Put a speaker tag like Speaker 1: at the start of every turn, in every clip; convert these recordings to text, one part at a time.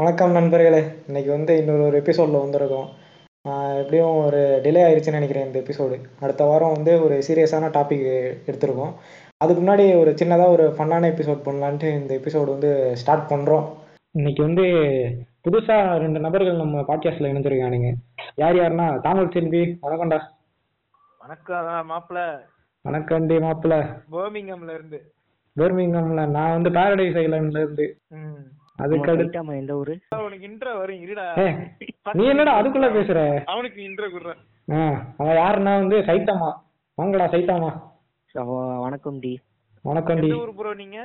Speaker 1: வணக்கம் நண்பர்களே! இன்னைக்கு வந்து இன்னொரு ஒரு எபிசோட்ல வந்திருக்கோம். அ எப்படியும் ஒரு டிலே ஆயிருச்சுன்னு நெனைக்கிறேன் இந்த எபிசோடு. அடுத்த வாரம் வந்து ஒரு சீரியஸான டாபிக் எடுத்திருக்கோம். அதுக்கு முன்னாடி ஒரு சின்னதா ஒரு ஃபன்னான எபிசோட் பண்ணலான்ட்டு இந்த எபிசோடு வந்து ஸ்டார்ட் பண்றோம். இன்னைக்கு வந்து புதுசா 2 நபர்கள் நம்ம பாட்காஸ்ட்ல இணைஞ்சிருக்கானுங்க. யார் யாருன்னா தாமல் செல்வி வணக்கம்டா.
Speaker 2: வணக்கம் மாப்பிள
Speaker 1: வணக்கம்டி மாப்பிள.
Speaker 2: பர்மிங்hamல இருந்து.
Speaker 1: பெர்மிங்ஹாம்ல நான் வந்து பாரடைஸ் ஐலாண்ட்ல இருந்து.
Speaker 2: ம்.
Speaker 1: அதுக்கடுத்து
Speaker 3: போயிட்டாமா எந்த ஊரு
Speaker 2: உனக்கு இன்ட்ரோ வரும் இருடா.
Speaker 1: ஏய், நீ என்னடா அதுக்குள்ள பேசுற?
Speaker 2: அவனுக்கு இன்ட்ரோ குடுறேன்.
Speaker 1: ஆ, அவன் யாருன்னா வந்து சைத்தாமா வாங்கடா சைத்தாமா
Speaker 3: அவ- வணக்கம் டி
Speaker 1: வணக்கம்டி
Speaker 2: எந்த ஊர் ப்ரோ நீங்க?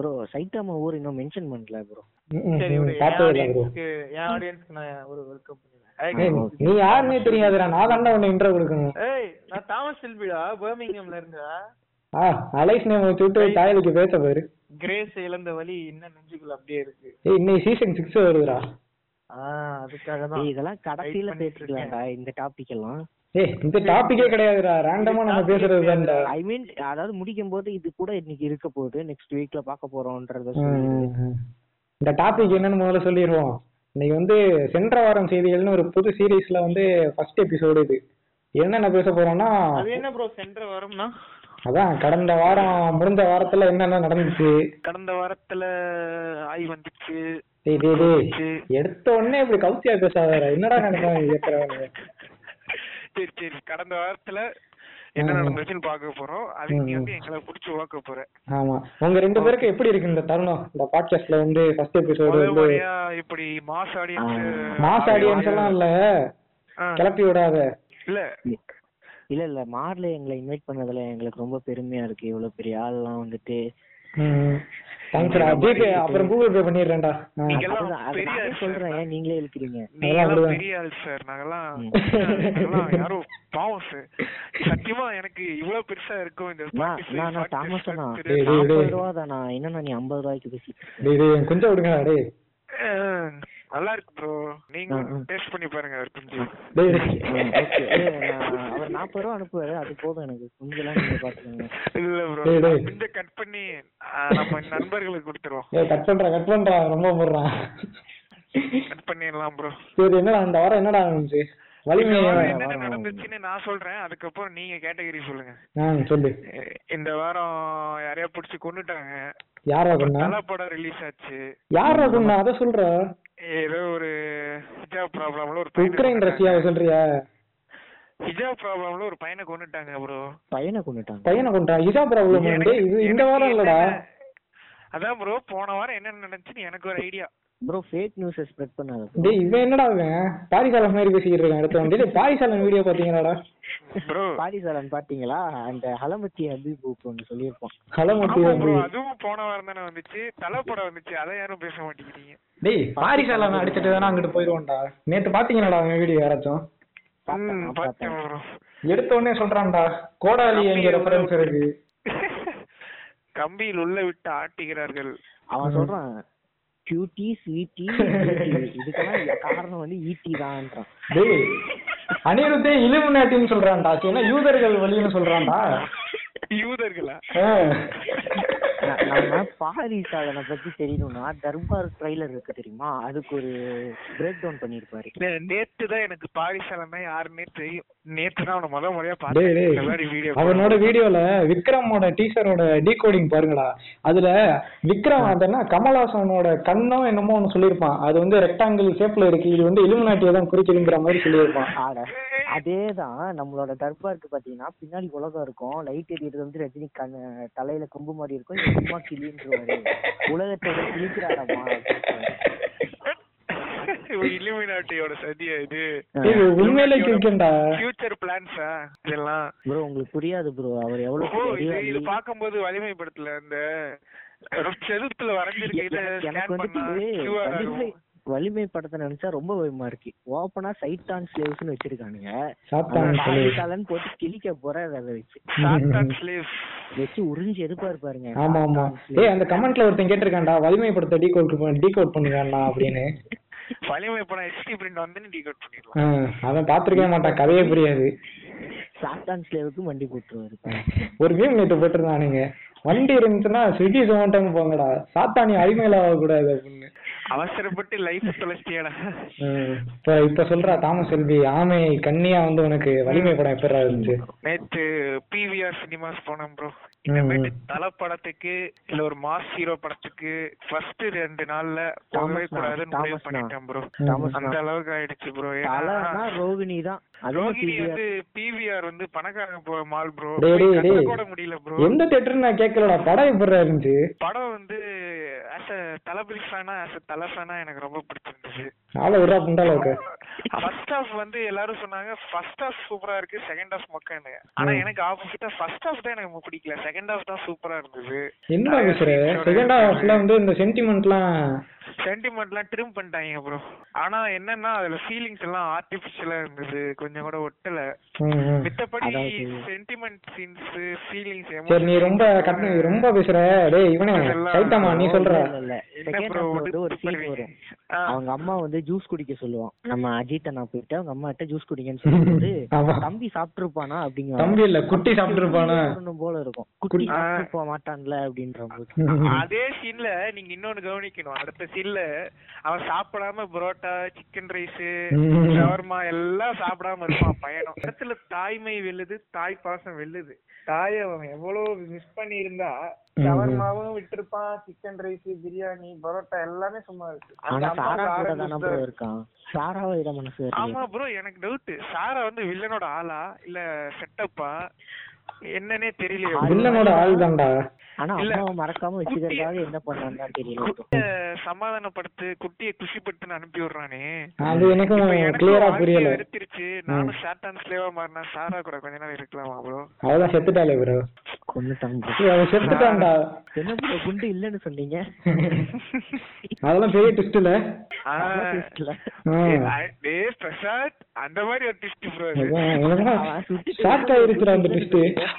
Speaker 3: ப்ரோ சைத்தாமா ஊர் இன்னும் மென்ஷன் பண்ணல ப்ரோ
Speaker 2: சரி ஒரு
Speaker 1: பார்த்தது இல்லை bro.
Speaker 2: ஆடியன்ஸ்க்கு என் ஆடியன்ஸ்க்கு நான் ஒரு வெல்கம்
Speaker 1: ஏய்,
Speaker 2: பண்ணுறேன்.
Speaker 1: நீ யாருன்னே தெரியாதுடா நான் தான்டா உன்னை இன்டர்வ் கொடுக்கணும்
Speaker 2: ஏய் நான் தாமஸ் செல்விடா பர்மிங்hamல இருந்து.
Speaker 1: ஆ அலைஸ் நேம் வச்சுட்டு தாயலுக்கு பேச பாரு
Speaker 2: கிரேஸ் இழந்த வலி இன்னும் நெஞ்சுக்குள்ள அப்படியே இருக்கு.
Speaker 1: ஏய் இன்னைக்கு சீசன் சிக்ஸ் வருதுடா
Speaker 2: ஆ அதுக்காக
Speaker 3: ஏய்,
Speaker 2: தான்.
Speaker 3: இதெல்லாம் கடைசியில
Speaker 2: Wait பண்ணிட்டு
Speaker 3: பேசிக்கலாம்டா இந்த டாபிக் எல்லாம்
Speaker 1: ஏய் இந்த டாபிக்கே கிடையாதுடா ரேண்டமா நம்ம பேசுறது தான்டா
Speaker 3: ஐ மீன் அதாவது முடிக்கும் போது இது கூட இன்னைக்கு இருக்க போகுது நெக்ஸ்ட் வீக்ல பார்க்க போறோம்ன்றத
Speaker 1: ம்,
Speaker 3: சொல்லி
Speaker 1: ம், ம். இந்த டாபிக் என்னன்னு முதல்ல சொல்லிடுவோம் இன்னைக்கு வந்து சென்ற வாரம் செய்திகள்னு ஒரு புது சீரீஸ்ல வந்து ஃபர்ஸ்ட் எபிசோடு இது என்னென்ன பேச போறோம்னா
Speaker 2: அது என்ன ப்ரோ சென்ற வாரம்னா?
Speaker 1: அதான் கடந்த வாரம் முடிஞ்ச வாரத்துல என்னென்ன நடந்துச்சு
Speaker 2: கடந்த வாரத்துல ஆய் வந்துச்சு.
Speaker 1: டேய் டேய் டேய்
Speaker 2: வந்துச்சு.
Speaker 1: எடுத்த உடனே இப்படி கவுச்சியா பேசாதடா என்னடா நினைப்பாங்க ஏத்துறவங்க
Speaker 2: சரி சரி கடந்த வாரத்துல என்ன
Speaker 1: ஆ.
Speaker 2: நடந்துச்சுன்னு பார்க்க போறோம் அதுக்கு நீ
Speaker 1: ம்.
Speaker 2: வந்து எங்களை புடிச்சு பார்க்க போற
Speaker 1: ஆமா உங்க ரெண்டு பேருக்கு எப்படி இருக்கு இந்த தருணம் இந்த பாட்காஸ்ட்ல வந்து ஃபர்ஸ்ட் எபிசோடு
Speaker 2: முதல்
Speaker 1: வந்து
Speaker 2: முறையா இப்படி மாஸ் ஆடியன்ஸ்
Speaker 1: மாஸ் ஆடியன்ஸ் எல்லாம் இல்ல கிளப்பி விடாத
Speaker 2: இல்ல
Speaker 3: இல்ல இல்ல மார்ல எங்களை இன்வைட் பண்ணதுல எங்களுக்கு ரொம்ப பெருமையா இருக்கு இவ்வளவு பெரிய ஆள்லாம் வந்துட்டு
Speaker 1: தேங்க்ஸ்டா ஜிபே அப்புறம் கூகுள் பே பண்ணிடுறேன்டா ஆ.
Speaker 2: நீங்கெல்லாம்
Speaker 3: அதுதான் அது
Speaker 2: பெரிய
Speaker 3: நானே
Speaker 2: ஆள்
Speaker 3: சொல்றேன் ஏன் நீங்களே இழுக்கிறீங்க
Speaker 2: நீங்கெல்லாம்
Speaker 1: அப்படிதான்.
Speaker 2: பெரிய ஆள் சார் நாங்கெல்லாம்
Speaker 3: ம்.
Speaker 2: நாங்கெல்லாம் யாரும் பாவம் சார் சத்தியமா எனக்கு இவ்வளவு பெருசா இருக்கும் இந்த
Speaker 3: நான்
Speaker 2: practice,
Speaker 3: நான் நான்
Speaker 2: practice,
Speaker 3: தாமஸ் அண்ணா
Speaker 1: டேய்,
Speaker 2: practice.
Speaker 1: டேய், டேய்.
Speaker 3: நாற்பது ரூபா தானா என்னண்ணா நீ ஐம்பது ரூபாய்க்கு பேசி
Speaker 1: டேய் டேய் கொஞ்சம் விடுங்கடா டேய்
Speaker 2: ஆ, நல்லா இருக்கு ப்ரோ நீங்க
Speaker 3: ஆ, ஆ.
Speaker 2: டேஸ்ட் பண்ணி பாருங்க அது கொஞ்சம்
Speaker 1: டேய்
Speaker 3: Okay. ஏய், நான் அவர் நாற்பது ரூபா அனுப்புவாரு அது போதும் எனக்கு கொஞ்சம் நீங்க பாத்துக்கோங்க
Speaker 2: இல்ல ப்ரோ
Speaker 1: டேய், டேய்.
Speaker 2: கொஞ்சம் கட் பண்ணி ஆ, நம்ம நண்பர்களுக்கு கொடுத்துருவோம்
Speaker 1: டேய் கட் பண்றா கட் பண்றா ரொம்ப போடுறான்
Speaker 2: கட் பண்ணிடலாம் ப்ரோ
Speaker 1: சரி என்னடா இந்த வாரம் என்னடா நடந்துச்சு வலிமை
Speaker 2: என்ன நடந்துச்சுன்னு நான் சொல்றேன் அதுக்கப்புறம் நீங்க கேட்டகரி சொல்லுங்க
Speaker 1: ஆ சொல்லு
Speaker 2: எ- இந்த வாரம் யாரையா புடிச்சு கொன்னுட்டாங்க
Speaker 1: யாரா கொண்டா
Speaker 2: நல்ல படம் ரிலீஸ் ஆச்சு
Speaker 1: யாரா கொண்டா அத சொல்ற
Speaker 2: ஏதோ ஒரு ஹிஜாப் ப்ராப்ளம்ல ஒரு பையனை
Speaker 1: உக்ரைன்
Speaker 2: கொன்னுட்டாங்க.
Speaker 1: ரஷ்யாவை சொல்றியா
Speaker 2: ஹிஜாப் ப்ராப்ளம்ல ஒரு பையனை கொன்னுட்டாங்க ப்ரோ
Speaker 3: பையனை கொண்டுட்டாங்க
Speaker 1: பையனை கொண்டா இதா ப்ராப்ளம் டேய் இது இந்த வாரம் இல்லடா
Speaker 2: அதான் ப்ரோ போன வாரம் என்ன நடந்துச்சுன்னு எனக்கு ஒரு idea
Speaker 3: bro fake news spread பண்ணாத bro.
Speaker 1: டேய் இவன் என்னடா இவன் பாரிசாலன் மாதிரி பேசிக்கிட்டு இருக்கான் அடுத்த வந்து பாரிசாலன் வீடியோ பாத்தீங்களாடா
Speaker 2: ப்ரோ
Speaker 3: பாரிசாலன் பாத்தீங்களா அந்த ஹலமத்தி ஹபீப் ஒன்று சொல்லியிருப்போம்
Speaker 1: ஹலோ மட்டி
Speaker 2: ப்ரோ அதுவும் போன வாரம் தானே வந்துச்சு தலை படம் வந்துச்சு அதை யாரும் பேச மாட்டேங்கிறீங்க
Speaker 1: டேய் பாரிசாலன் அடிச்சிட்டு தானே அங்கிட்டு போயிருவோம்டா நேத்து பாத்தீங்களாடா அவன் வீடியோ யாராச்சும்
Speaker 3: பார்த்தேன்,
Speaker 2: ம்,
Speaker 3: பார்த்தேன்.
Speaker 2: பார்த்தேன் ப்ரோ
Speaker 1: எடுத்த உடனே சொல்றான்டா கோடாலி எங்க ரெஃபரன்ஸ் இருக்கு
Speaker 2: கம்பியில் உள்ள விட்டு ஆட்டுகிறார்கள்
Speaker 3: அவன் சொல்றான் கியூட்டி ஸ்வீட்டி இதுக்கெல்லாம் காரணம் வந்து ஈட்டி தான்ன்றான்
Speaker 1: டேய் அனிருத்தே இலுமினாட்டின்னு சொல்றான்டா சரினா யூதர்கள் வழின்னு சொல்றான்டா
Speaker 2: யூதர்களா
Speaker 1: ஆ.
Speaker 3: ந- நம்ம பாரிசாலனை பத்தி தெரியணும்னா தர்பார் ட்ரைலர் இருக்கு தெரியுமா அதுக்கு ஒரு பிரேக் டவுன் பண்ணிருப்பாரு
Speaker 2: நேத்து தான் எனக்கு பாரிசாலன்னா யாருன்னே தெரியும் நேத்து தான் அவனை முத முறையா
Speaker 1: டேய் டேய்
Speaker 2: பார்த்தேன் வீடியோ
Speaker 1: அவனோட வீடியோல விக்ரமோட டீச்சரோட டீகோடிங் பாருங்கடா அதுல விக்ரம் அதனா கமலாசனோட கண்ணோ என்னமோ ஒன்னு சொல்லியிருப்பான் அது வந்து ரெக்டாங்கிள் ஷேப்ல இருக்கு இது வந்து இலுமினாட்டியை தான் குறிக்குதுங்கிற மாதிரி சொல்லியிருப்பான்
Speaker 3: ஆட அதேதான் நம்மளோட தர்பாருக்கு பாத்தீங்கன்னா பின்னாடி உலகம் இருக்கும் லைட் எரியறது வந்து ரஜினி கண்ணு தலையில கொம்பு மாதிரி இருக்கும் இவன் சும்மா கிளின்றுவாரு உலகத்தோட கிழிக்கிறாரம்மா
Speaker 2: இலுமினாட்டியோட சதியா இது
Speaker 1: டேய், இது உண்மையிலே கிரிக்கெண்டா
Speaker 2: ஃபியூச்சர் பிளான்ஸா இதெல்லாம்
Speaker 3: ப்ரோ உங்களுக்கு புரியாது ப்ரோ அவர் எவ்வளவு
Speaker 2: ஓ இது
Speaker 3: அறிவாளி.
Speaker 2: இது பாக்கும்போது வலிமைப்படுத்தல அந்த செதுப்புல வரைஞ்சிருக்க இத
Speaker 3: எனக்கு- எனக்கு
Speaker 2: ஸ்கேன் பண்ணா
Speaker 3: வந்துட்டு
Speaker 2: QR
Speaker 3: வலிமை
Speaker 2: ஆகும்.
Speaker 3: வலிமை படத்தை நினைச்சா ரொம்ப பயமா இருக்கு ஓப்பனா சைட்டான் ஸ்லேவ்ஸ்னு வச்சிருக்கானுங்க
Speaker 1: சாத்தான் சொல்லி
Speaker 3: பாகிஸ்தான் போட்டு கிழிக்க போற அதை வச்சு
Speaker 2: சாத்தான் slaves.
Speaker 3: வச்சு உறிஞ்சு எதுப்பா இருப்பாருங்க
Speaker 1: ஆமா ஆமா டேய் அந்த கமெண்ட்ல ஒருத்தன் கேட்டிருக்கான்டா வலிமைப்படுத்த டீகோட் டீகோட் பண்ணுங்கண்ணா அப்படின்னு
Speaker 2: வலிமை படம் HD print வந்து நீ decode பண்ணிடலாம்.
Speaker 1: ஆ, அவன் பாத்திருக்கவே மாட்டான் கதையே புரியாது
Speaker 3: சாத்தான் ஸ்லேவுக்கு வண்டி போட்டுருவாரு
Speaker 1: ஒரு மீம் நேத்து போட்டிருந்தானுங்க வண்டி இருந்துச்சுன்னா ஸ்விக்கி ஜொமேட்டோன்னு போங்கடா சாத்தானி அடிமையில ஆகக்கூடாது அப்படின்னு
Speaker 2: அவசரப்பட்டு லைஃப் தொலைச்சிட்டியாடா
Speaker 1: ம். இப்ப இப்ப சொல்றா தாமஸ் செல்வி ஆமை கண்ணியா வந்து உனக்கு வலிமை படம் எப்படா இருந்துச்சு
Speaker 2: நேத்து பிவிஆர் சினிமாஸ் போனேன் ப்ரோ
Speaker 1: ம்.
Speaker 2: தல படத்துக்கு இல்ல ஒரு மாஸ் ஹீரோ படத்துக்கு ஃபர்ஸ்ட் ரெண்டு நாள்ல போகவே
Speaker 3: தாமஸ்னா,
Speaker 2: கூடாதுன்னு முடிவு
Speaker 3: தாமஸ்னா.
Speaker 2: பண்ணிட்டேன் ப்ரோ
Speaker 3: தாமஸ்னா.
Speaker 2: அந்த அளவுக்கு ஆயிடுச்சு ப்ரோ
Speaker 3: தலைனா ரோகிணி தான் அதுவும்
Speaker 2: ரோகிணி
Speaker 3: TVR.
Speaker 2: வந்து பிவிஆர் வந்து பணக்காரங்க போ மால் ப்ரோ
Speaker 1: டேய், டேய், டேய்.
Speaker 2: கூட முடியல ப்ரோ
Speaker 1: எந்த தேட்டர்னு நான் கேட்கலடா படம் எப்படா இருந்துச்சு
Speaker 2: படம் வந்து ஆஸ் அ தளபதி ஃபேனா ஆஸ் அ தலை ஃபேனா எனக்கு ரொம்ப பிடிச்சிருந்துச்சு
Speaker 1: நாளை விடுறா புண்டால இருக்க
Speaker 2: ஃபர்ஸ்ட் ஹாஃப் வந்து எல்லாரும் சொன்னாங்க ஃபர்ஸ்ட் ஹாஃப் சூப்பரா இருக்கு செகண்ட் ஹாஃப் மொக்கன்னு ஆனா எனக்கு ஆப்போசிட்டா ஃபர்ஸ்ட் ஹாஃப் தான் எனக்கு பிடிக்கல செகண்ட் ஹாஃப் தான் சூப்பரா இருந்தது
Speaker 1: என்னடா பேசுற செகண்ட் ஹாஃப்ல வந்து இந்த சென்டிமெண்ட்லாம்
Speaker 2: சென்டிமெண்ட்லாம் ட்ரிம் பண்ணிட்டாங்க ப்ரோ ஆனா என்னன்னா அதுல ஃபீலிங்ஸ் எல்லாம் ஆர்டிபிஷியலா இருந்தது கொஞ்சம் கூட ஒட்டல மித்தபடி சென்டிமெண்ட் சீன்ஸ் ஃபீலிங்ஸ்
Speaker 1: சரி நீ ரொம்ப கட் ரொம்ப பேசுற டேய் இவனே சைத்தாமா நீ சொல்ற
Speaker 3: இல்ல, இல்ல. Second half ல வந்து ஒரு scene வரும். அவங்க அம்மா வந்து ஜூஸ் குடிக்க சொல்லுவான் நம்ம அஜித் அண்ணா போயிட்டு அவங்க அம்மா கிட்ட ஜூஸ் குடிங்கன்னு சொல்லும்போது
Speaker 1: ஆமா
Speaker 3: தம்பி சாப்பிட்டுருப்பானா அப்படிங்க
Speaker 1: தம்பி இல்ல குட்டி சாப்பிட்டுருப்பானா
Speaker 3: ஒண்ணும் போல இருக்கும் குட்டி
Speaker 2: ஆ.
Speaker 3: சாப்பிட்டுருப்பா மாட்டான்ல அப்படின்ற போது
Speaker 2: அதே சீன்ல நீங்க இன்னொன்னு கவனிக்கணும் அடுத்த சீன்ல அவன் சாப்பிடாம புரோட்டா சிக்கன் ரைஸ்
Speaker 1: ம்.
Speaker 2: ஷவர்மா எல்லாம் சாப்பிடாம இருப்பான் பையனும் இடத்துல தாய்மை வெல்லுது தாய் பாசம் வெல்லுது தாயை அவன் எவ்வளவு மிஸ் பண்ணி இருந்தா
Speaker 1: ம்.
Speaker 2: ஷவர்மாவும் விட்டிருப்பான் சிக்கன் ரைஸ் பிரியாணி பரோட்டா எல்லாமே சும்மா இருக்கு அந்த
Speaker 3: ஆனா சாரா
Speaker 2: அம்மாவோட
Speaker 3: கூட
Speaker 2: ஆரம்பிச்சது
Speaker 3: தானே bro இருக்கான் சாராவை இட மனசு வரலையே.
Speaker 2: ஆமா ப்ரோ எனக்கு டவுட் சாரா வந்து வில்லனோட ஆளா இல்ல செட்டப்பா என்னன்னே தெரியலையே bro.
Speaker 1: வில்லனோட ஆள் தான்டா
Speaker 3: ஆனா
Speaker 2: இல்ல.
Speaker 3: அம்மாவை மறக்காம வச்சுக்கிறதுக்காக என்ன பண்ணான்னு தான் தெரியல bro.
Speaker 2: குட்டிய சமாதானப்படுத்து குட்டிய குஷிப்படுத்துன்னு அனுப்பி விடுறானே
Speaker 1: அது எனக்கும்
Speaker 2: இப்ப எனக்கும்
Speaker 1: கிளியரா
Speaker 2: வாழ்க்கைய
Speaker 1: புரியல
Speaker 2: வெறுத்திருச்சு நானும் சாத்தான் ஸ்லேவா மாறினா சாரா கூட கொஞ்ச நாள் இருக்கலாமா ப்ரோ
Speaker 1: அவதான் செத்துட்டாளே ப்ரோ
Speaker 3: கொன்னுட்டான் bro.
Speaker 1: அவன் செத்துட்டான்டா
Speaker 3: என்ன bro குண்டு இல்லன்னு சொன்னீங்க
Speaker 1: அதெல்லாம் பெரிய twist இல்ல
Speaker 3: நல்லா பேசல.
Speaker 1: ஆ.
Speaker 2: டே பிரசாத் அந்த மாதிரி ஒரு டிஸ்ட் ப்ரோ
Speaker 3: அவன் சுட்டு
Speaker 1: ஷாக் ஆயிருச்சுடா அந்த twist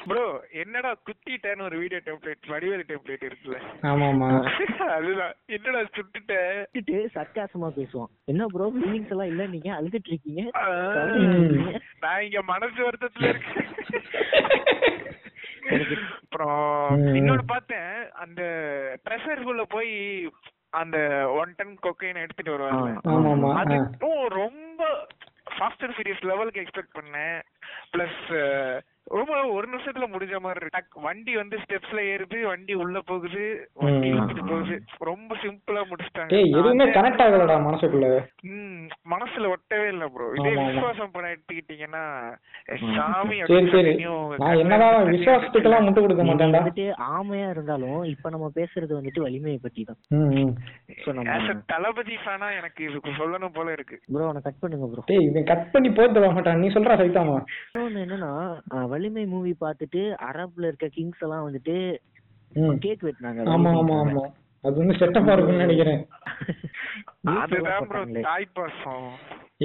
Speaker 2: ப்ரோ என்னடா குத்திட்டேன்னு ஒரு வீடியோ டெம்ப்ளேட் வடிவேலு டெம்ப்ளேட் இருக்குல்ல
Speaker 1: ஆமா ஆமா
Speaker 2: அதுதான் என்னடா சுட்டுட்டேன்
Speaker 3: விட்டுட்டு சர்க்காசமா பேசுவான் என்ன ப்ரோ ஃபீலிங்ஸ் எல்லாம் இல்ல நீங்க அழுதுட்டு இருக்கீங்க
Speaker 2: ஆ.
Speaker 3: கவலைப்படாதீங்க.
Speaker 2: நான் இங்க மனசு வருத்தத்துல இருக்கேன் அப்புறம்
Speaker 1: ம்.
Speaker 2: இன்னொன்னு பார்த்தேன் அந்த ட்ரெஷருக்குள்ள போய் அந்த ஒன் டன் கொக்கைன் எடுத்துட்டு வருவாங்க
Speaker 1: ஆமா ஆமா ஆ.
Speaker 2: அதுக்கும் ரொம்ப ஃபாஸ்ட் அண்ட் ஃபீரியஸ் லெவலுக்கு எக்ஸ்பெக்ட் பண்ணேன் பிளஸ் ரொம்ப ஒரு நிமிஷத்துல முடிஞ்ச மாதிரி இருக்கு டக், வண்டி வந்து ஸ்டெப்ஸ்ல ஏறுது வண்டி உள்ள போகுது வண்டி
Speaker 1: ம்.
Speaker 2: இழுத்துட்டு போகுது ரொம்ப சிம்பிளா முடிச்சிட்டாங்க
Speaker 1: டேய் எதுவுமே
Speaker 2: நான்
Speaker 1: கனெக்ட் ஆகலடா மனசுக்குள்ள
Speaker 2: ம், மனசுல ஒட்டவே இல்ல ப்ரோ இதே
Speaker 1: ஆமா, ஆமா.
Speaker 2: விசுவாசம் படம் எடுத்துக்கிட்டீங்கன்னா சாமி
Speaker 1: சரி சரி
Speaker 2: அப்படின்னு உங்க
Speaker 1: நான்
Speaker 2: கண்ணுல
Speaker 1: என்னதான்
Speaker 2: தண்ணி
Speaker 1: விசுவாசத்துக்கெல்லாம் முட்டு கொடுக்க
Speaker 3: நீங்க
Speaker 1: மாட்டேன்டா
Speaker 3: வந்துட்டு ஆமையா இருந்தாலும் இப்ப நம்ம பேசுறது வந்துட்டு வலிமையை பத்தி தான்
Speaker 1: ம், ம்.
Speaker 3: சோ நம்ம
Speaker 2: As a தளபதி ஃபேனா எனக்கு இதுக்கு சொல்லணும் போல இருக்கு
Speaker 3: ப்ரோ அவனை கட் பண்ணுங்க ப்ரோ
Speaker 1: டேய் இவன் கட் பண்ணி போட்டு தர மாட்டான் நீ சொல்றா சைத்தாமா
Speaker 3: இன்னொன்னு என்னன்னா அஹ், வலிமை மூவி பார்த்துட்டு அரப்ல இருக்க கிங்ஸ் எல்லாம் வந்துட்டு
Speaker 1: ம்.
Speaker 3: கேக் வெட்டினாங்க
Speaker 1: ஆமா ஆமா ஆமா அது வந்து செட்டப்பா இருக்கும்னு நினைக்கிறேன்
Speaker 2: அதுதான் ப்ரோ தாய் பாசம்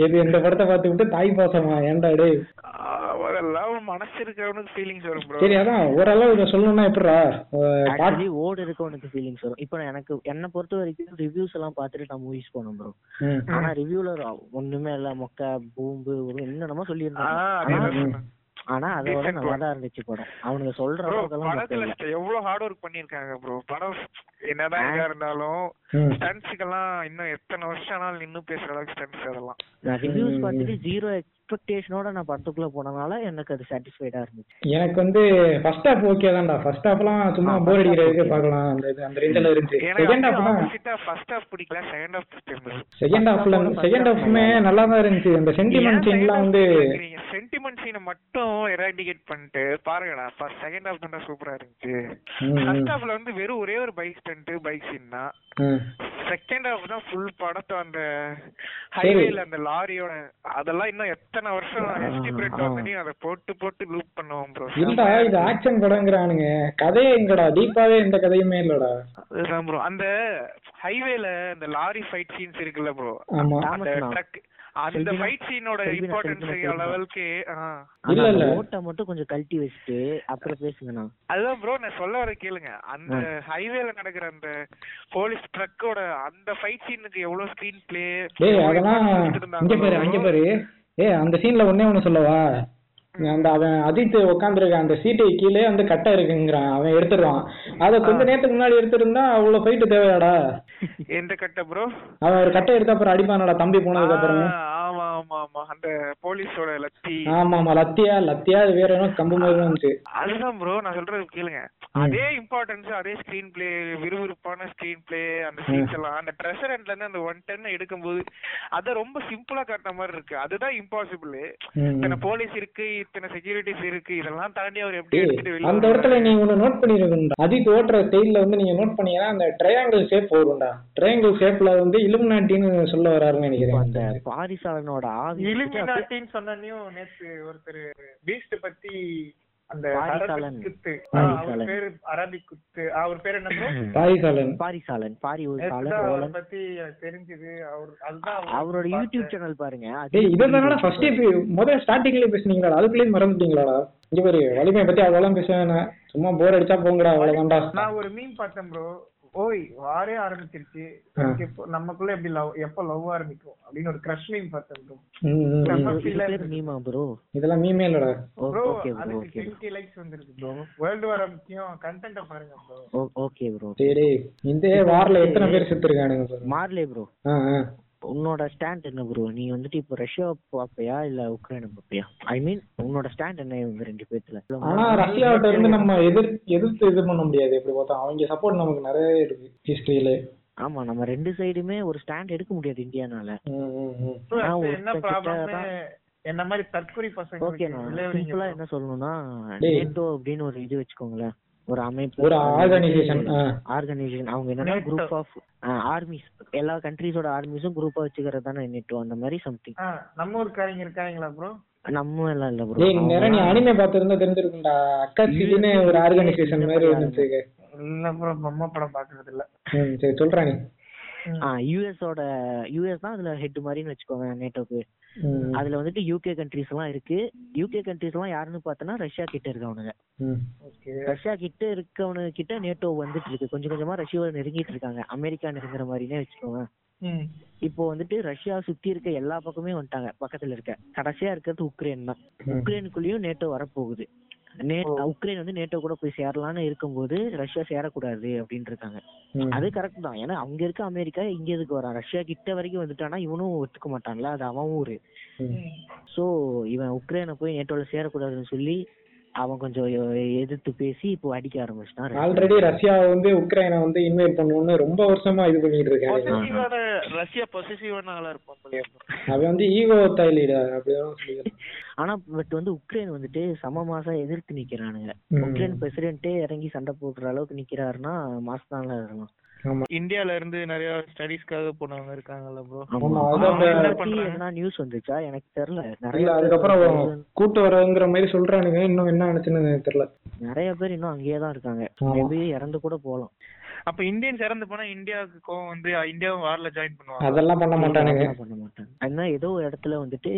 Speaker 1: எது இந்த படத்தை பார்த்துக்கிட்டு தாய் பாசமா ஏன்டா டேய்
Speaker 2: ஆஹ் அதெல்லாம் மனசு இருக்கிறவனுக்கு ஃபீலிங்ஸ் வரும் ப்ரோ
Speaker 1: சரி அதான் ஓரளவு இதை சொல்லணும்னா எப்படிடா அஹ், பாட்டு
Speaker 3: ஆக்சுவலி ஓடு இருக்கவனுக்கு ஃபீலிங்ஸ் வரும் இப்போ எனக்கு என்னை பொறுத்த வரைக்கும் ரிவ்யூஸ் எல்லாம் பார்த்துட்டு நான் மூவிஸ் போனோம் ப்ரோ
Speaker 1: ம்.
Speaker 3: ஆனா ரிவ்யூல ஒண்ணுமே இல்ல மொக்க பூம்பு ஒரு என்னென்னமோ சொல்லியிருந்தாங்க ஆனா அதை விட நல்லா தான் இருந்துச்சு படம் அவனுங்க சொல்ற
Speaker 2: ப்ரோ
Speaker 3: அளவுக்கெல்லாம் மொக்க
Speaker 2: படத்துல
Speaker 3: இல்ல
Speaker 2: எவ்வளவு ஹார்ட் ஒர்க் பண்ணிருக்காங்க ப்ரோ படம் என்னதான் இதா இருந்தாலும்
Speaker 1: ம்.
Speaker 2: ஸ்டன்ஸுக்கெல்லாம் இன்னும் எத்தனை வருஷம் ஆனாலும் இன்னும் பேசுற அளவுக்கு ஸ்டன்ஸ் அதெல்லாம்
Speaker 3: நான் ரிவ்யூஸ் பார்த்துட்டு ஜீரோ எக்ஸ்பெக்டேஷனோட நான் படத்துக்குள்ள போனனால எனக்கு அது சாட்டிஸ்ஃபைடா இருந்துச்சு
Speaker 1: எனக்கு வந்து ஃபர்ஸ்ட் ஹாஃப் ஓகே தான்டா ஃபர்ஸ்ட் ஹாஃப்லாம் சும்மா போர் அடிக்கிறதுக்கு பார்க்கலாம் அந்த இது அந்த ரெண்டுல இருந்துச்சு செகண்ட்
Speaker 2: எனக்கு
Speaker 1: ஹாஃப் தான்
Speaker 2: ஆப்போசிட்டா ஃபர்ஸ்ட் ஹாஃப் பிடிக்கல செகண்ட் ஹாஃப் பிடிச்சிருந்தது
Speaker 1: செகண்ட் ஹாஃப்ல செகண்ட் ஹாஃப்மே நல்லா தான் இருந்துச்சு அந்த சென்டிமெண்ட் சீன்லாம் வந்து
Speaker 2: சென்டிமெண்ட் சீனை மட்டும் எராடிகேட் பண்ணிட்டு பாருங்கடா ஃபர்ஸ்ட் செகண்ட் ஹாஃப் தான் சூப்பரா இருந்துச்சு
Speaker 1: ம், ம்,
Speaker 2: ஃபர்ஸ்ட் ஹாஃப்ல வந்து வெறும் ஒரே ஒரு பைக் ஸ்டன்ட் பைக் சீன் தான்
Speaker 1: ம்.
Speaker 2: செகண்ட் ஹாஃப் தான் ஃபுல் படத்தை அந்த ஹைவேல அந்த லாரியோட அதெல்லாம் இன்னும் எத்தனை வருஷம் எஸ்டி பிரேட் வந்து அதை போட்டு போட்டு லூப் பண்ணுவோம் ப்ரோ
Speaker 1: இல்லடா இது ஆக்ஷன் படங்கிறானுங்க கதையே எங்கடா டீப்பாவே எந்த கதையுமே இல்லடா
Speaker 2: அதுதான் ப்ரோ அந்த ஹைவேல அந்த லாரி ஃபைட் சீன்ஸ் இருக்குல்ல ப்ரோ
Speaker 1: ஆமா
Speaker 2: அந்த
Speaker 3: தாமஸ் நான்
Speaker 2: ட்ரக் அந்த ஃபைட் சீனோட
Speaker 3: செல்வி நான்
Speaker 2: இம்பார்ட்டன்ஸ்
Speaker 3: சொல்றேன்.
Speaker 2: லெவலுக்கு
Speaker 1: இல்ல,
Speaker 3: ஆனா
Speaker 1: இல்ல.
Speaker 3: அந்த ஓட்டை மட்டும் கொஞ்சம் கழட்டி வச்சுட்டு அப்புறம் பேசுங்கண்ணா
Speaker 2: அதுதான் ப்ரோ நான் சொல்ல வர கேளுங்க அந்த ஹைவேல நடக்கிற அந்த போலீஸ் ட்ரக்கோட அந்த ஃபைட் சீனுக்கு எவ்வளவு ஸ்கிரீன் பிளே
Speaker 1: டேய் அதெல்லாம் இங்க பாரு அங்க பாரு ஏய் அந்த சீன்ல ஒண்ணே ஒண்ணு சொல்லவா அந்த அவன் அஜித் உட்காந்துருக்கான் அந்த சீட்டை கீழே வந்து கட்டை இருக்குங்கிறான் அவன் எடுத்துடுவான் அதை கொஞ்ச நேரத்துக்கு முன்னாடி எடுத்திருந்தா அவ்வளவு ஃபைட்டு தேவையாடா
Speaker 2: எந்த கட்ட ப்ரோ
Speaker 1: அவன் ஒரு கட்டை எடுத்த அப்புறம் அடிப்பானடா தம்பி போனதுக்கு அப்புறம்
Speaker 2: ஆமா ஆமா ஆமா அந்த போலீஸோட லத்தி
Speaker 1: ஆமா ஆமா லத்தியா லத்தியா அது வேற என்ன கம்பு மாதிரி இருந்துச்சு
Speaker 2: அதுதான் ப்ரோ நான் சொல்றது கேளுங்க அதே இம்பார்ட்டன்ஸ் அதே ஸ்கிரீன் பிளே விறுவிறுப்பான ஸ்கிரீன் பிளே அந்த சீன்ஸ் எல்லாம் அந்த ட்ரெசரண்ட்ல இருந்து அந்த ஒன் டென் எடுக்கும்போது அதை ரொம்ப சிம்பிளா காட்டுன மாதிரி இருக்கு அதுதான் இம்பாசிபிள்
Speaker 1: ம்,
Speaker 2: இத்தனை
Speaker 1: ம்.
Speaker 2: போலீஸ் இருக்கு இத்தனை செக்யூரிட்டிஸ் இருக்கு இதெல்லாம் தாண்டி அவர் எப்படி எடுத்துட்டு வெளிய
Speaker 1: அந்த இடத்துல நீ ஒண்ணு நோட் பண்ணிருக்கணும்டா அஜித் ஓட்டுற ஸ்டைல்ல வந்து நீங்க நோட் பண்ணீங்கன்னா அந்த ட்ரையாங்கிள் ஷேப் வரும்டா ட்ரையாங்கிள் ஷேப்ல வந்து இலுமினாட்டின்னு சொல்ல வராருன்னு
Speaker 3: அந்த
Speaker 1: நினைக்கிறேன்
Speaker 3: பாரிசாலனோட ஆவி
Speaker 4: இலுமினாட்டின்னு சொன்னனையும் நேத்து ஒருத்தர் பீஸ்ட் பத்தி அந்த
Speaker 3: பாரிசாலன்.
Speaker 4: அரபிக் குத்து ஆ, அவர்
Speaker 3: பாரிசாலன்.
Speaker 4: பேரு அரபிக் குத்து அவர் பேர் என்ன bro?
Speaker 1: பாய்சாலன்
Speaker 3: பாரிசாலன் பாரி ஒரு
Speaker 4: நேத்து
Speaker 3: சாலன்
Speaker 4: தான் அவரை
Speaker 3: ஓலன்
Speaker 4: பத்தி எனக்கு தெரிஞ்சது அவர் அதுதான் அவர்
Speaker 3: அவரோட
Speaker 4: பார்த்தேன்.
Speaker 3: யூடியூப் சேனல் பாருங்க அது
Speaker 1: டேய் இதனால ஃபர்ஸ்ட் முதல்ல ஸ்டார்டிங்ல பேசுனீங்களா அதுக்குள்ளேயும் மறந்துட்டீங்களாடா இங்க பாரு வலிமையை பத்தி அவ்வளவு பேச வேணாம் சும்மா போர் அடிச்சா போங்கடா அவ்வளவுதான்டா
Speaker 4: நான் ஒரு மீன் பார்த்தேன் ப்ரோ ஓய் வாரே ஆரம்பிச்சிருச்சு
Speaker 1: ஆ.
Speaker 4: எப்போ நமக்குள்ள எப்படி லவ் எப்போ லவ் ஆரம்பிக்கும் அப்படின்னு ஒரு கிரஷ் மீம் பார்த்தேன் ப்ரோ
Speaker 1: ம், ம், ம்.
Speaker 4: செம்ம feel ஆ
Speaker 3: பேர் மீமா ப்ரோ
Speaker 1: இதெல்லாம் மீமே இல்லடா
Speaker 4: ப்ரோ
Speaker 3: ஓகே ப்ரோ
Speaker 4: அதுக்கு
Speaker 3: ஓகே
Speaker 4: 10k லைக்ஸ் வந்திருக்கு ப்ரோ வேர்ல்டு வார முக்கியம் கண்டென்ட்ட பாருங்க ப்ரோ
Speaker 3: ஓகே ப்ரோ
Speaker 1: சரி இந்த வாரில் எத்தனை பேர் செத்துருக்கானுங்க பாரு.
Speaker 3: மார்லே ப்ரோ
Speaker 1: ஆ ஆ
Speaker 3: உன்னோட ஸ்டாண்ட் என்ன ப்ரோ நீ வந்துட்டு இப்போ ரஷ்யா பார்ப்பையா இல்ல உக்ரைனை பார்ப்பையா ஐ மீன் உன்னோட ஸ்டாண்ட் என்ன இவங்க ரெண்டு பேர்த்துல
Speaker 1: ஆனா ரஷ்யாவிட்ட இருந்து நம்ம எதிர் எதிர்த்து இது பண்ண முடியாது எப்படி பார்த்தா அவங்க சப்போர்ட் நமக்கு நிறைய இருக்கு ஹிஸ்டரியில
Speaker 3: ஆமா நம்ம ரெண்டு சைடுமே ஒரு ஸ்டாண்ட் எடுக்க முடியாது இந்தியானால
Speaker 4: ப்ரோ
Speaker 3: நான் ஒரு
Speaker 4: என்ன
Speaker 3: கிட்ட
Speaker 4: ப்ராப்ளம்
Speaker 3: தான்-
Speaker 4: என்ன மாதிரி தற்கொலை பசங்க
Speaker 3: ஓகே நான் சிம்பிளா என்ன சொல்லணும்னா
Speaker 1: டேய்.
Speaker 3: நேட்டோ அப்படின்னு ஒரு இது வச்சுக்கோங்களேன் ஒரு அமைப்பு
Speaker 1: ஒரு ஆர்கனைசேஷன்
Speaker 3: ஆர்கனைசேஷன் அவங்க என்னன்னா
Speaker 4: NATO.
Speaker 3: குரூப் ஆஃப் ஆர்மிஸ் எல்லா கண்ட்ரீஸோட ஆர்மிஸும் குரூப்பா வச்சுக்கிறது தானே நேட்டோ அந்த மாதிரி சம்திங்
Speaker 4: ஆ, நம்ம ஊருக்காரங்க இருக்காங்களா ப்ரோ
Speaker 3: நம்ம எல்லாம் இல்ல
Speaker 1: டேய் நீ நிறைய நீ
Speaker 3: ப்ரோ
Speaker 1: அனிமே பார்த்திருந்தா தெரிஞ்சிருக்கும்டா அக்கா சிலின்னு ஒரு ஆர்கனைசேஷன் மாதிரி இருந்துச்சு
Speaker 4: இல்ல ப்ரோ பொம்மை படம் பாக்குறது இல்ல
Speaker 1: ம் சரி சொல்றா நீ
Speaker 3: ஆ யூஎஸோட யூஎஸ் தான் அதுல ஹெட் மாதிரின்னு வச்சுக்கோங்க நேட்டோக்கு
Speaker 1: ம்,
Speaker 3: அதுல வந்துட்டு யூகே கண்ட்ரீஸ் எல்லாம் இருக்கு யூகே கண்ட்ரீஸ் எல்லாம் யாருன்னு பார்த்தோன்னா ரஷ்யா கிட்ட இருக்கவனுங்க
Speaker 1: ம்.
Speaker 4: ஓகே
Speaker 3: ரஷ்யா கிட்ட இருக்கவனுங்க கிட்ட நேட்டோ வந்துட்டு இருக்கு கொஞ்சம் கொஞ்சமா ரஷ்யாவை நெருங்கிட்டு இருக்காங்க அமெரிக்கா நெருங்குற மாதிரினே வச்சுக்கோங்க இப்போ வந்துட்டு ரஷ்யா சுத்தி இருக்க எல்லா பக்கமே வந்துட்டாங்க பக்கத்துல இருக்க கடைசியா இருக்கிறது உக்ரைன் தான்
Speaker 1: ம்.
Speaker 3: உக்ரைனுக்குள்ளேயும் நேட்டோ வரப்போகுது நே உக்ரைன் வந்து நேட்டோ கூட போய் சேரலாம்னு இருக்கும்போது ரஷ்யா சேரக்கூடாது அப்படின்னு இருக்காங்க
Speaker 1: ம்.
Speaker 3: அது கரெக்ட் தான் ஏன்னா அங்க இருக்க அமெரிக்கா இங்க எதுக்கு வரான் ரஷ்யா கிட்ட வரைக்கும் வந்துட்டானா இவனும் ஒத்துக்க மாட்டான்ல அது அவன் ஊரு சோ இவன் உக்ரைனை போய் நேட்டோல சேரக்கூடாதுன்னு சொல்லி அவன் கொஞ்சம் எதிர்த்து பேசி இப்போ அடிக்க ஆரம்பிச்சிட்டான்
Speaker 1: ஆல்ரெடி ரஷ்யா வந்து உக்ரைனை வந்து இன்வைட் பண்ணணும்னு ரொம்ப வருஷமா இது பண்ணிட்டு இருக்காரு
Speaker 4: பொசிசிவான ரஷ்யா பொசிசிவான ஆளா இருப்பான் போலயே bro.
Speaker 1: அவன் வந்து ஈகோ தைலீடா அப்படிதான் சொல்லிக்கிறேன்
Speaker 3: ஆனா பட் வந்து உக்ரைன் வந்துட்டு சம மாசம் எதிர்த்து நிக்கிறானுங்க
Speaker 1: ம்.
Speaker 3: உக்ரைன் பிரசிடென்ட்டே இறங்கி சண்டை போடுற அளவுக்கு நிக்கிறாருன்னா மாசம் இருக்கலாம்
Speaker 1: ஆமா
Speaker 4: இந்தியால இருந்து நிறைய ஸ்டடீஸ்க்காக போனவங்க இருக்காங்கல்ல ப்ரோ
Speaker 1: ஆமா,
Speaker 3: ஆமா
Speaker 1: அதான்
Speaker 3: அவனை
Speaker 1: இப்ப-
Speaker 3: பத்தி எதனா நியூஸ் வந்துச்சா எனக்கு தெரியல
Speaker 1: இல்ல
Speaker 3: நிறைய
Speaker 1: அதுக்கப்புறம்
Speaker 3: பேர்
Speaker 1: கூட்டு வரங்கிற மாதிரி சொல்றானுங்க இன்னும் என்ன நினைச்சுன்னு எனக்கு தெரியல
Speaker 3: நிறைய பேர் இன்னும் அங்கேயே தான் இருக்காங்க
Speaker 1: ஆமா.
Speaker 3: மேபி இறந்து கூட போலாம்
Speaker 4: அப்ப இந்தியன்ஸ் இறந்து போனா இந்தியாவுக்கு கோவம் வந்து இந்தியாவும் வார்ல ஜாயின் பண்ணுவாங்க
Speaker 1: அதெல்லாம் பண்ண மாட்டானுங்க
Speaker 3: அதெல்லாம் பண்ண மாட்டாங்க ஆனா ஏதோ ஒரு இடத்துல வந்துட்டு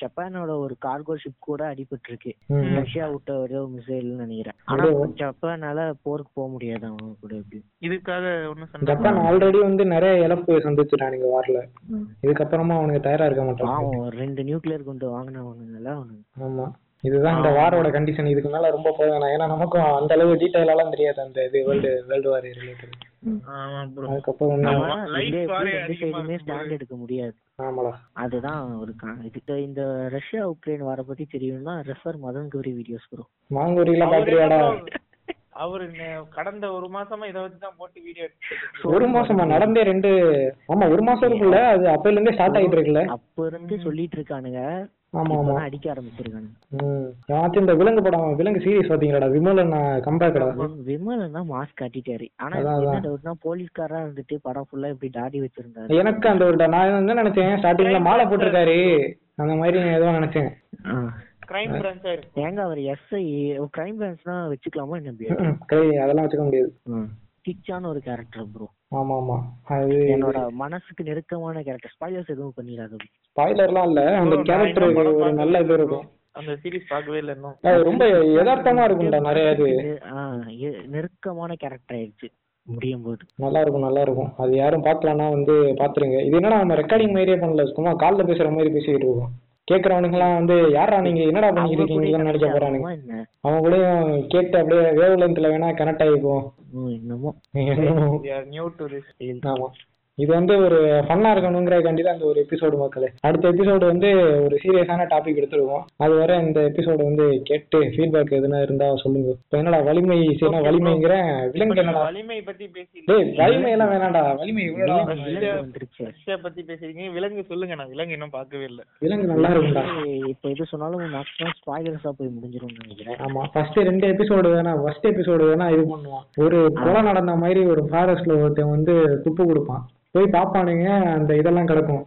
Speaker 3: ஜப்பானோட ஒரு கார்கோ ஷிப் கூட அடிபட்டு இருக்கு
Speaker 1: ம்.
Speaker 3: ரஷ்யா விட்ட ஏதோ மிசைல்னு நினைக்கிறேன் ஆனா ஜப்பானால போருக்கு போக முடியாது அவங்க கூட எப்படி
Speaker 4: இதுக்காக ஒண்ணும் சண்டை
Speaker 1: ஜப்பான் ஆல்ரெடி வந்து நிறைய இழப்பு சந்திச்சுட்டானுங்க வாரில் இதுக்கப்புறமா அவனுக்கு தயாரா இருக்க மாட்டான்
Speaker 3: பாவம் ஒரு ரெண்டு நியூக்ளியர் குண்டு வாங்கினவனுங்கள அவனுங்க
Speaker 1: ஆமா இதுதான் இந்த வாரோட கண்டிஷன் இதுக்கு மேல ரொம்ப போக வேணாம் ஏன்னா நமக்கும் அந்த அளவு டீட்டெயில் எல்லாம் தெரியாது அந்த இது வேர்ல்டு வேர்ல்டு வார் ரிலேட்டட்
Speaker 4: ஆமா ப்ரோ
Speaker 1: அதுக்கப்புறம் ஒன்றும்
Speaker 3: ஆனா
Speaker 4: life
Speaker 3: ரெண்டே
Speaker 4: வேற
Speaker 3: பேரும் ரெண்டு
Speaker 4: அதிகமா
Speaker 3: சைடுமே
Speaker 4: இருக்கும்போது.
Speaker 3: ஸ்டாண்ட் எடுக்க முடியாது
Speaker 1: ஆமாடா
Speaker 3: அதுதான் ஒரு கா- இது இந்த ரஷ்யா உக்ரைன் வார பத்தி தெரியும்னா refer Madan Gowri videos bro
Speaker 1: மாங்கூரியில பாக்குறியாடா
Speaker 4: அவரு நே- கடந்த ஒரு மாசமா இத வச்சு தான் போட்டு வீடியோ
Speaker 1: ஒரு மாசமா நடந்தே ரெண்டு ஆமா ஒரு மாசம் இருக்குல்ல அது அப்பையில இருந்தே ஸ்டார்ட் ஆயிட்டு இருக்குல்ல
Speaker 3: அப்ப இருந்து சொல்லிட்டு இருக்கானுங்க
Speaker 1: ஆமா ஆமா
Speaker 3: இப்பதான் அடிக்க ஆரம்பிச்சிருக்கானுங்க
Speaker 1: ம் யாராச்சும் இந்த விலங்கு படம் விலங்கு சீரிஸ் பாத்தீங்களாடா விமலன் கம்பேக்கடா
Speaker 3: விம- விமலன் தான் மாஸ்க் காட்டிட்டாரு ஆனா
Speaker 1: அதான்,
Speaker 3: எனக்கு என்ன
Speaker 1: அதான்.
Speaker 3: டவுட்னா போலீஸ்காரா இருந்துட்டு படம் ஃபுல்லா இப்படி தாடி வச்சிருந்தாரு
Speaker 1: எனக்கு அந்த ஒரு நான் என்ன நினைச்சேன் ஸ்டார்டிங்ல மாலை போட்டிருக்காரு அந்த மாதிரி ஏதோ நினைச்சேன்
Speaker 4: கிரைம் பிரான்ச்சா இருக்கு
Speaker 3: ஏங்க அவர் எஸ்ஐ கிரைம் பிரான்ச்னா வச்சுக்கலாமா என்ன பியர்?
Speaker 1: ம்ம். கிடையாது, அதெல்லாம் வச்சுக்க முடியாது
Speaker 3: கிச்சான ஒரு கேரக்டர் ப்ரோ
Speaker 1: ஆமா ஆமா அது
Speaker 3: என்னோட மனசுக்கு நெருக்கமான கேரக்டர் ஸ்பாய்லர்ஸ் எதுவும் பண்ணிடாத bro.
Speaker 1: ஸ்பாய்லர்லாம் இல்ல அந்த கேரக்டருக்கு ஒரு நல்ல இது இருக்கும்
Speaker 4: அந்த சீரிஸ் பார்க்கவே இல்லை இன்னும்
Speaker 1: அது ரொம்ப யதார்த்தமா இருக்கும்டா நிறைய இது
Speaker 3: நெ- ஆ, எ- நெருக்கமான கேரக்டர் ஆயிடுச்சு முடியும் போது
Speaker 1: நல்லா இருக்கும் நல்லா இருக்கும் அது யாரும் பார்க்கலன்னா வந்து பாத்துருங்க இது என்னடா நம்ம ரெக்கார்டிங் மாதிரியே பண்ணல சும்மா கால்ல பேசுற மாதிரி பேசிக்கிட்டு இருக்கோம் கேட்கறவனுங்கலாம் வந்து யாரா நீங்க என்னடா பண்ணிக்கிட்டு
Speaker 3: அவங்க கூடயே
Speaker 1: இருக்கீங்கன்னு நினைக்க
Speaker 3: connect
Speaker 1: போறானுங்க
Speaker 3: ஆகணுமா என்ன
Speaker 1: அவன் கூடயும் கேட்டு அப்படியே வேவ் லென்த்ல வேணா கனெக்ட் ஆகிக்கும்
Speaker 3: ம், என்னமோ
Speaker 2: நியூ டு திஸ்
Speaker 1: ஆமா இது வந்து ஒரு ஃபன்னா இருக்கணுங்கிறதுக்காண்டி தான் இந்த ஒரு எபிசோடு மக்களே அடுத்த எபிசோடு வந்து ஒரு சீரியஸான டாபிக் எடுத்துருவோம் அது வரை இந்த எபிசோடு வந்து கேட்டு ஃபீட்பேக் எதுனா இருந்தா சொல்லுங்க இப்ப என்னடா வலிமை செய்யணும் வலிமைங்கிற விலங்கு என்னடா
Speaker 2: வலிமை பத்தி பேசி
Speaker 1: டேய் வலிமை எல்லாம் வேணாம்டா வலிமை இவ்வளோடா
Speaker 3: விலங்கு விலங்கு வந்துருச்சு
Speaker 2: ரஷ்யா பத்தி பேசுறீங்க விலங்கு சொல்லுங்க நான் விலங்கு இன்னும் பார்க்கவே இல்ல
Speaker 1: விலங்கு நல்லா இருக்கும்டா
Speaker 3: ஏய், இப்ப எது சொன்னாலும் மேக்ஸிமம் ஸ்பாய்லர்ஸா போய் முடிஞ்சிரும்னு நினைக்கிறேன்
Speaker 1: ஆமா ஃபர்ஸ்ட் ரெண்டு எபிசோடு வேணா ஃபர்ஸ்ட் எபிசோடு வேணா இது பண்ணுவான் ஒரு கொலை நடந்த மாதிரி ஒரு ஃபாரஸ்ட்ல ஒருத்தன் வந்து துப்பு கொடுப்பான் போய் பார்ப்பானுங்க அந்த இதெல்லாம் கிடக்கும்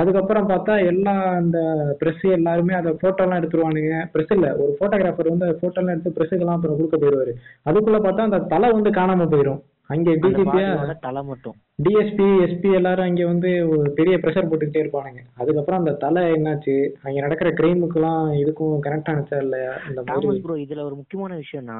Speaker 1: அதுக்கப்புறம் பார்த்தா எல்லா அந்த ப்ரெஸ் எல்லாருமே அதை போட்டோலாம் எடுத்துருவானுங்க ப்ரெஸ் இல்ல ஒரு போட்டோகிராஃபர் வந்து போட்டோலாம் எடுத்து ப்ரெஸ்ஸுக்கெல்லாம் அப்புறம் கொடுக்க போயிடுவாரு அதுக்குள்ள பார்த்தா அந்த தலை வந்து காணாம போயிடும் அங்கே
Speaker 3: அந்த
Speaker 1: டிஜிபியா
Speaker 3: பாடியோட தலை மட்டும்
Speaker 1: டிஎஸ்பி எஸ்பி எல்லாரும் அங்கே வந்து ஒரு பெரிய ப்ரெஷர் போட்டுக்கிட்டே இருப்பானுங்க அதுக்கப்புறம் அந்த தலை என்னாச்சு அங்கே நடக்கிற கிரைமுக்கெல்லாம் இதுக்கும் கனெக்ட் ஆனச்சா இல்லையா இந்த மாதிரி
Speaker 3: தாமஸ் ப்ரோ இதுல ஒரு முக்கியமான விஷயம்னா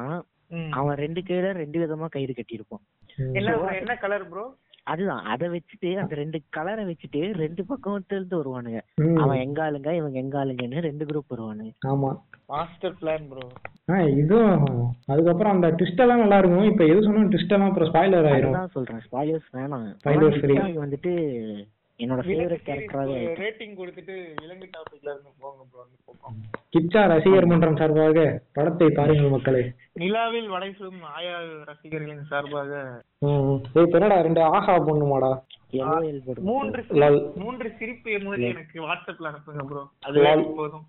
Speaker 2: ம்.
Speaker 3: அவன் ரெண்டு கையில ரெண்டு விதமா கயிறு கட்டியிருப்பான்
Speaker 1: ம்.
Speaker 2: என்ன bro, என்ன கலர் ப்ரோ
Speaker 3: அதுதான் அதை வச்சுட்டு அந்த ரெண்டு கலரை வச்சுட்டு ரெண்டு பக்கத்துல இருந்து வருவானுங்க
Speaker 1: ம்.
Speaker 3: அவன் எங்க ஆளுங்க இவங்க எங்க ஆளுங்கன்னு ரெண்டு குரூப் வருவானுங்க
Speaker 1: ஆமா
Speaker 2: மாஸ்டர் பிளான் ப்ரோ
Speaker 1: ஆ இதுவும் அதுக்கப்புறம் அந்த twist எல்லாம் நல்லா இருக்கும் இப்ப எது சொன்னாலும் twist எல்லாம் அப்புறம் ஸ்பாய்லர் ஆயிரும்
Speaker 3: அதுதான் சொல்றேன் ஸ்பாய்லர்ஸ் வேணாம்
Speaker 1: Spoilers free.
Speaker 3: ஆனா, இது வந்துட்டு என்னோட ஃபேவரட் கேரக்டராகவே
Speaker 2: ரேட்டிங் கொடுத்துட்டு விலங்கு டாபிக்ல இருந்து போங்க ப்ரோ வந்து போப்போம்
Speaker 1: கிச்சா ரசிகர் மன்றம் சார்பாக படத்தை பாருங்கள் மக்களே
Speaker 2: நிலாவில் வளைசும் ஆயா ரசிகர்களின் சார்பாக
Speaker 1: ம். ஏய், இப்ப என்னடா ரெண்டு ஆஹா பொண்ணுமாடா
Speaker 3: எல்ஓஎல் போடும்
Speaker 2: மூன்று
Speaker 1: லல்.
Speaker 2: சிரி- மூன்று சிரிப்பு எமோஜி எனக்கு வாட்ஸ்அப்ல அனுப்புங்க ப்ரோ அது
Speaker 1: லல்.
Speaker 2: போதும்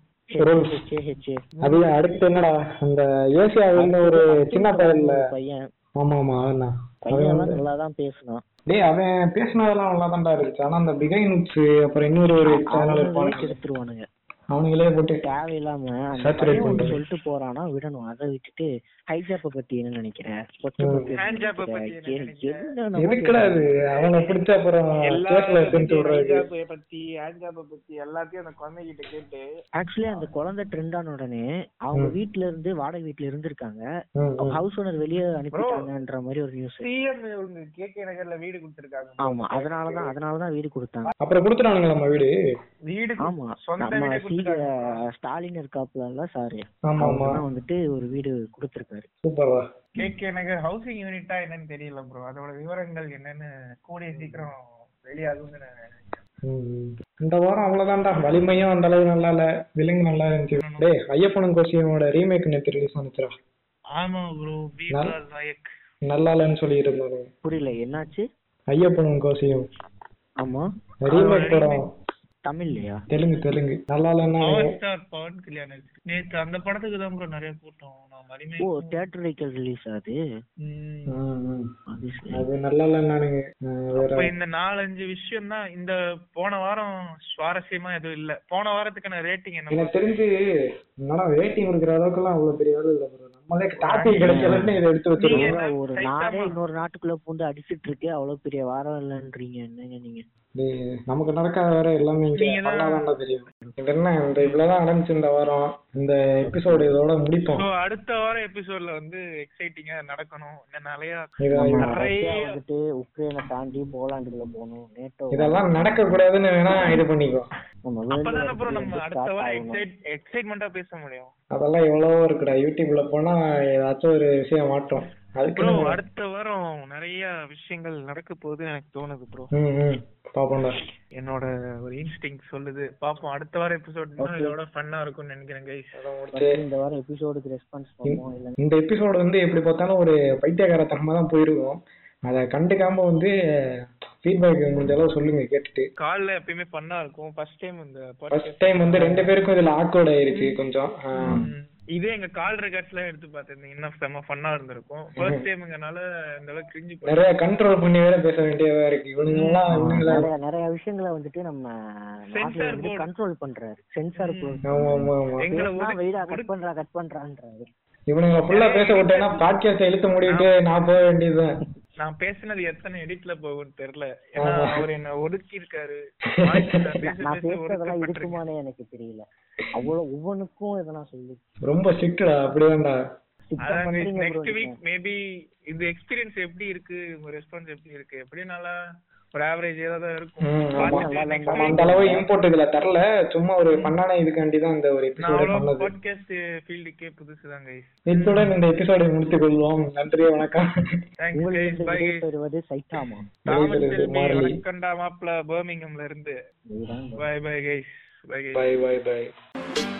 Speaker 1: ரோல்ஸ்.
Speaker 3: ஹெச்ஏ ஹெச்ஏ
Speaker 1: அது அடுத்து என்னடா அந்த ஏசியாவில்னு ஒரு சின்ன பையன்ல
Speaker 3: பையன்
Speaker 1: ஆமா ஆமா அவன் தான் அவன்
Speaker 3: பையன்
Speaker 1: வந்து-
Speaker 3: நல்லா தான் பேசினான்
Speaker 1: டேய் அவன் பேசினதெல்லாம் நல்லா தான்டா இருந்துச்சு ஆனா அந்த பிகைன் நுட்ஸ் அப்புறம் இன்னொரு ஒரு சேனல்
Speaker 3: அவனுங்களே
Speaker 1: இருப்பானுங்க
Speaker 3: கெடுத்துருவானுங்க
Speaker 1: அவனுங்களே போட்டு
Speaker 3: தேவையில்லாம அந்த
Speaker 1: Saturate
Speaker 3: பையன் ஒண்ணு
Speaker 1: பண்றது.
Speaker 3: சொல்லிட்டு போறானா விடணும் அதை விட்டுட்டு ஹைஜாப்ப பத்தி என்ன நினைக்கிற பொட்டு
Speaker 1: ம்.
Speaker 3: பத்தி என்ன
Speaker 2: ஹேண்ட்ஜாப்ப
Speaker 3: நினைக்கிற?
Speaker 2: பத்தி என்ன
Speaker 3: எ-
Speaker 2: நினைக்கிற?
Speaker 3: என்னென்னமோ
Speaker 1: எதுக்குடா அது அவனை பிடிச்ச அப்புறம்
Speaker 2: எல்லா
Speaker 1: பேசல எடுத்துட்டு விடுறது
Speaker 2: ஹிஜாபை பத்தி ஹேண்ட்ஜாபை பத்தி எல்லாத்தையும் அந்த குழந்தைகிட்ட கேட்டு
Speaker 3: ஆக்சுவலி அந்த குழந்தை ட்ரெண்ட் ஆன உடனே அவங்க வீட்ல இருந்து வாடகை வீட்ல இருந்திருக்காங்க
Speaker 1: ம், ம்.
Speaker 3: ஹவுஸ் ஓனர் வெளியே அனுப்பிட்டாங்கன்ற மாதிரி ஒரு நியூஸ்
Speaker 2: சிஎம் இவங்க கே கே நகர்ல வீடு கொடுத்துருக்காங்க
Speaker 3: ஆமா அதனாலதான் அதனாலதான் வீடு கொடுத்தாங்க
Speaker 1: அப்புறம் கொடுத்துட்டானுங்க நம்ம வீடு
Speaker 2: வீடு கு-
Speaker 3: ஆமா
Speaker 2: சொந்த
Speaker 3: நம்ம
Speaker 2: வீடு
Speaker 3: சீக
Speaker 2: கொடுத்துருக்காங்க
Speaker 3: ஸ்டாலின் இருக்காப்புல சாரு
Speaker 1: ஆமா ஆமா
Speaker 3: அவங்கதான் வந்துட்டு ஒரு வீடு கொடுத்திருக்காரு
Speaker 1: சூப்பர்வா
Speaker 2: கே கே நகர் ஹவுசிங் யூனிட்டா என்னன்னு தெரியல ப்ரோ அதோட விவரங்கள் என்னன்னு கூடிய சீக்கிரம் வெளியாகும்னு நான் நினைக்கிறேன்.
Speaker 1: ம். இந்த வாரம் அவ்வளவுதான்டா வலிமையும் அந்த அளவு நல்லா இல்ல விலங்கு நல்லா இருந்துச்சு டேய் ஐயப்பனும் கோசியனோட ரீமேக் நேத்து ரிலீஸ் வந்துச்சுடா
Speaker 2: ஆமா ப்ரோ பீபால் நாயக்
Speaker 1: நல்லா இல்லைன்னு சொல்லிட்டு இருந்தாங்க
Speaker 3: புரியல என்னாச்சு
Speaker 1: ஐயப்பனும் கோசியும்
Speaker 3: ஆமா
Speaker 1: ரீமேக் படம்
Speaker 3: தமிழ்லயா
Speaker 1: தெலுங்கு தெலுங்கு நல்லா இல்லைன்னா
Speaker 2: பவர் ஸ்டார் பவன் கல்யாண் இருக்கு. நேத்து அந்த படத்துக்கு தான் ப்ரோ நிறைய கூட்டம் நான் மறுமே
Speaker 3: ஓ தியேட்டர் வைக்கல் ரிலீஸ் ஆகுது
Speaker 1: ம், ம்.
Speaker 3: அது சரி.
Speaker 1: அது நல்லா இல்லைன்னானுங்க ஆ, வேற
Speaker 2: இப்ப இந்த நாலஞ்சு விஷயம் தான் இந்த போன வாரம் சுவாரஸ்யமா எதுவும் இல்ல போன வாரத்துக்கான ரேட்டிங் என்ன
Speaker 1: எனக்கு தெரிஞ்சு என்னடா ரேட்டிங் இருக்கிற அளவுக்குலாம் அவ்வளவு பெரிய வேலை இல்லை bro. நம்மளே டாபிக் கிடைக்கலன்னு இதை எடுத்து வச்சிருக்கோம்
Speaker 2: நீங்க-
Speaker 3: ஒரு நாடே இன்னொரு நாட்டுக்குள்ள பூந்து அடிச்சிட்டு இருக்கு அவ்வளவு பெரிய வாரம் இல்லன்றீங்க என்னங்க நீங்க
Speaker 1: டேய், நமக்கு நடக்காத வேற எல்லாமே இங்க நல்லாதான்டா தெரியும் இது என்ன இந்த இவ்வளவுதான் நடந்துச்சு இந்த வாரம் இந்த எபிசோடு இதோட முடிப்போம்
Speaker 2: So, அடுத்த வாரம் எபிசோட்ல வந்து எக்ஸைட்டிங்கா நடக்கணும் இந்த நிறைய
Speaker 1: இது-
Speaker 3: ரஷ்யா வந்துட்டு உக்ரைனை தாண்டி போலாண்டுக்குள்ள போகணும் நேட்டோ
Speaker 1: இதெல்லாம் நடக்க கூடாதுன்னு வேணா இது பண்ணிக்கோ
Speaker 3: நம்ம
Speaker 2: அப்பதானே
Speaker 3: வேர்ல்டு
Speaker 2: ப்ரோ நம்ம அடுத்த வாரம் எக்ஸைட் எக்ஸைட்மெண்டா பேச முடியும்
Speaker 1: அதெல்லாம் எவ்வளவோ இருக்குடா யூடியூப்ல போனா ஏதாச்சும் ஒரு விஷயம் மாட்டோம் அதுக்கு
Speaker 2: ப்ரோ
Speaker 1: நம்ம-
Speaker 2: அடுத்த வாரம் நிறைய விஷயங்கள் நடக்க போகுதுன்னு எனக்கு தோணுது ப்ரோ
Speaker 1: ம் ம் பாப்போம்டா
Speaker 2: என்னோட ஒரு இன்ஸ்டிங் சொல்லுது பாப்போம் அடுத்த வாரம் எபிசோட் இதோட ஃபன்னா இருக்கும்னு நினைக்கிறேன் கைஸ்
Speaker 3: இந்த வாரம் எபிசோடுக்கு ரெஸ்பான்ஸ் பண்ணுவோம் இல்ல
Speaker 1: இந்த எபிசோடு வந்து எப்படி பார்த்தாலும் ஒரு பைத்தியகாரத்தனமா தான் போயிருக்கும் அதை கண்டுக்காம வந்து ஃபீட்பேக் முடிஞ்ச அளவு சொல்லுங்க கேட்டுட்டு
Speaker 2: கால்ல எப்பயுமே ஃபன்னா இருக்கும் ஃபர்ஸ்ட் டைம் இந்த podcast-
Speaker 1: ஃபர்ஸ்ட் டைம் வந்து ரெண்டு பேருக்கும் இதுல ஆக்வர்ட் ஆயிருச்சு கொஞ்சம் ஆ,
Speaker 2: ம். இதே எங்க கால் ரெக்கார்ட்ஸ்லாம் எடுத்து பார்த்துருந்தீங்கன்னா செம்ம ஃபன்னா இருந்திருக்கும் ஃபர்ஸ்ட் டைம்ங்கனால இந்த அளவுக்கு கிரிஞ்சு
Speaker 1: நிறைய கண்ட்ரோல் பண்ணி வேற பேச வேண்டியதா இருக்கு இவனுங்கெல்லாம் இவனுங்களாம்
Speaker 3: நிறைய நிறைய விஷயங்களை வந்துட்டு நம்ம நாட்டுல வந்து கண்ட்ரோல் பண்றாரு சென்சார் போர்டு
Speaker 1: ஆமா ஆமா ஆமா
Speaker 2: எங்களை ஒதுக்கி-
Speaker 3: வெயிடா கட் பண்றா கட் பண்றான்றாரு
Speaker 1: இவனுங்களை ஃபுல்லா பேச விட்டேன்னா பாட்காஸ்ட் இழுத்து மூடிட்டு நான் போக வேண்டியதுதான்
Speaker 2: நான் பேசினது எத்தனை எடிட்ல போகும்னு தெரியல ஏன்னா அவர் என்ன ஒடுக்கி இருக்காரு நான் பேச
Speaker 3: நான்
Speaker 2: பேச
Speaker 3: பேசுறதெல்லாம் இருக்குமானே எனக்கு தெரியல அவ்வளவு ஒவ்வொன்றுக்கும் எதனா சொல்லி
Speaker 1: ரொம்ப ஸ்ட்ரிக்டா அப்படிதான்டா
Speaker 3: சுத்தம்
Speaker 2: அதான்
Speaker 3: பண்றீங்க
Speaker 2: நெக்ஸ்ட்
Speaker 3: bro
Speaker 2: வீக் மேபி இந்த எக்ஸ்பீரியன்ஸ் எப்படி இருக்கு உங்க ரெஸ்பான்ஸ் எப்படி இருக்கு எப்படியும் நல்லா ஒரு ஆவரேஜ் ஏதாவது இருக்கும்
Speaker 1: ம், ஆமா.
Speaker 2: பார்த்துட்டு next
Speaker 1: நம்ம
Speaker 2: week
Speaker 1: அந்த அளவு இம்போர்ட் இதுல தரல சும்மா ஒரு பண்ணான இதுக்காண்டி தான் இந்த ஒரு
Speaker 2: நான்
Speaker 1: எபிசோடு
Speaker 2: அவ்வளோ
Speaker 1: பண்ணது
Speaker 2: பாட்காஸ்ட் ஃபீல்டுக்கே புதுசு தான் கைஸ்
Speaker 1: இத்துடன் இந்த எபிசோடை முடித்துக் கொள்வோம் நன்றி வணக்கம்
Speaker 2: தேங்க்ஸ் கைஸ்
Speaker 3: உங்களுக்கு
Speaker 2: பை
Speaker 3: பெறுவது சைட்டாமா
Speaker 2: தாமஸ்
Speaker 1: விடைபெறுவது
Speaker 2: செல்வி
Speaker 1: மாறி.
Speaker 2: வணக்கம்டா மாப்ள பர்மிங்hamல இருந்து
Speaker 3: இதுதான்
Speaker 2: bye bye guys bye guys
Speaker 1: bye bye by